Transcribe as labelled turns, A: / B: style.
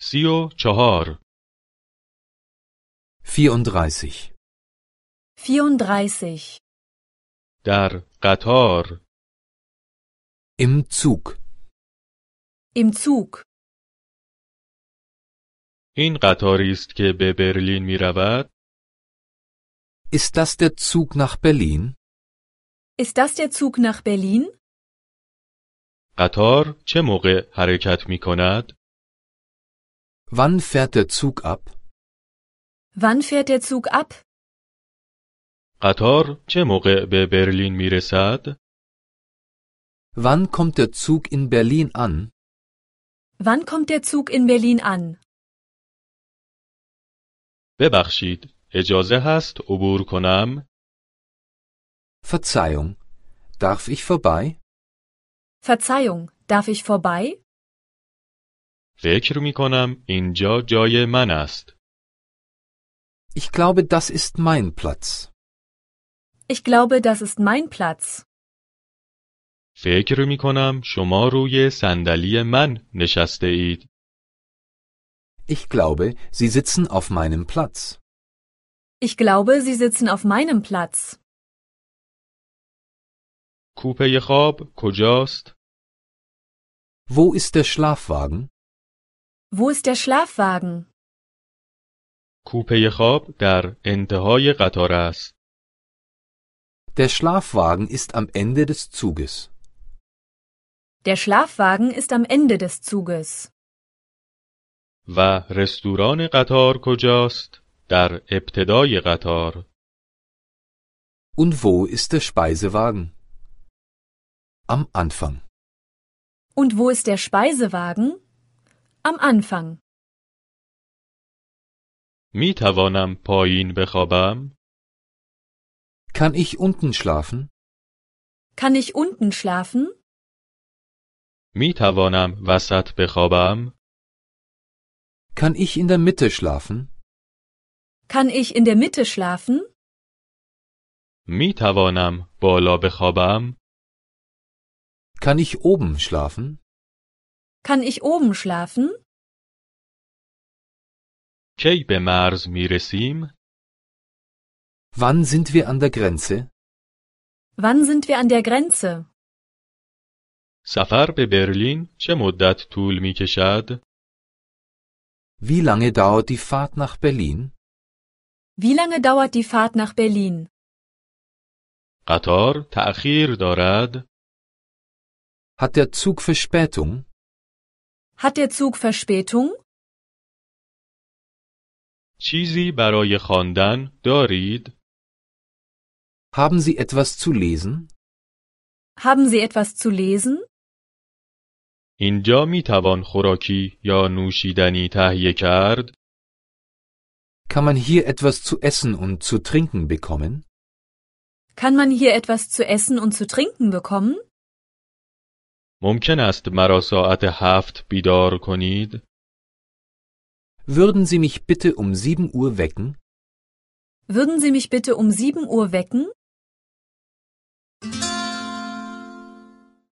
A: سی و چهار
B: 34.
C: 34.
A: در قطار
B: Im Zug.
C: Im Zug.
A: این قطاری است که به برلین می رود
B: Ist das der Zug nach Berlin?
C: Ist das der Zug nach Berlin?
A: قطار چه موقع حرکت می کند؟
B: Wann fährt der Zug ab?
C: Wann fährt der Zug ab?
A: قطار چه موقع به برلین می رسد؟
B: Wann kommt der Zug in Berlin an?
C: Wann kommt der Zug in Berlin an?
A: ببخشید اجازه هست عبور کنم؟
B: Verzeihung. Darf ich vorbei?
C: Verzeihung, darf ich vorbei?
A: فکر می کنم اینجا جای من است
B: Ich glaube, das ist mein Platz.
C: Ich glaube, das ist mein Platz.
A: فکر می کنم شما روی صندلی من نشسته اید
B: Ich glaube, Sie sitzen auf meinem Platz.
C: Ich glaube, Sie sitzen auf meinem Platz.
A: کوپه خواب کجاست؟
B: Wo ist der Schlafwagen?
C: Wo ist der Schlafwagen?
A: کوپه خواب در انتهای قطار است
B: Der Schlafwagen ist am Ende des Zuges.
C: Der Schlafwagen ist am Ende des Zuges.
A: و رستوران قطار کجاست؟ در ابتدای قطار
B: Und wo ist der Speisewagen? Am Anfang.
C: Und wo ist der Speisewagen? Am Anfang.
A: می توانم پایین بخوابم؟
B: Kann ich unten schlafen?
C: Kann ich unten schlafen?
A: می توانم وسط بخوابم؟
B: Kann ich in der Mitte schlafen?
C: Kann ich in der Mitte schlafen?
A: می توانم بالا بخوابم؟
B: Kann ich oben schlafen?
C: Kann ich oben schlafen?
A: کی به مرز می رسیم؟
B: Wann sind wir an der Grenze?
C: Wann sind wir an der Grenze?
A: سفر به برلین چه مدت طول می کشد؟
B: Wie lange dauert die Fahrt nach Berlin?
C: Wie lange dauert die Fahrt nach Berlin?
A: قطار تأخیر دارد؟
B: Hat der Zug Verspätung?
C: Hat der Zug Verspätung?
A: چیزی برای خواندن دارید؟
B: Haben Sie etwas zu lesen?
C: Haben Sie etwas zu lesen?
A: اینجا می توان خوراکی یا نوشیدنی تهیه کرد؟
B: Kann man hier etwas zu essen und zu trinken bekommen?
C: Kann man hier etwas zu essen und zu trinken bekommen?
A: ممکن است مرا ساعت هفت بیدار کنید؟
B: Würden Sie mich bitte um 7 Uhr wecken?
C: Würden Sie mich bitte um 7 Uhr wecken?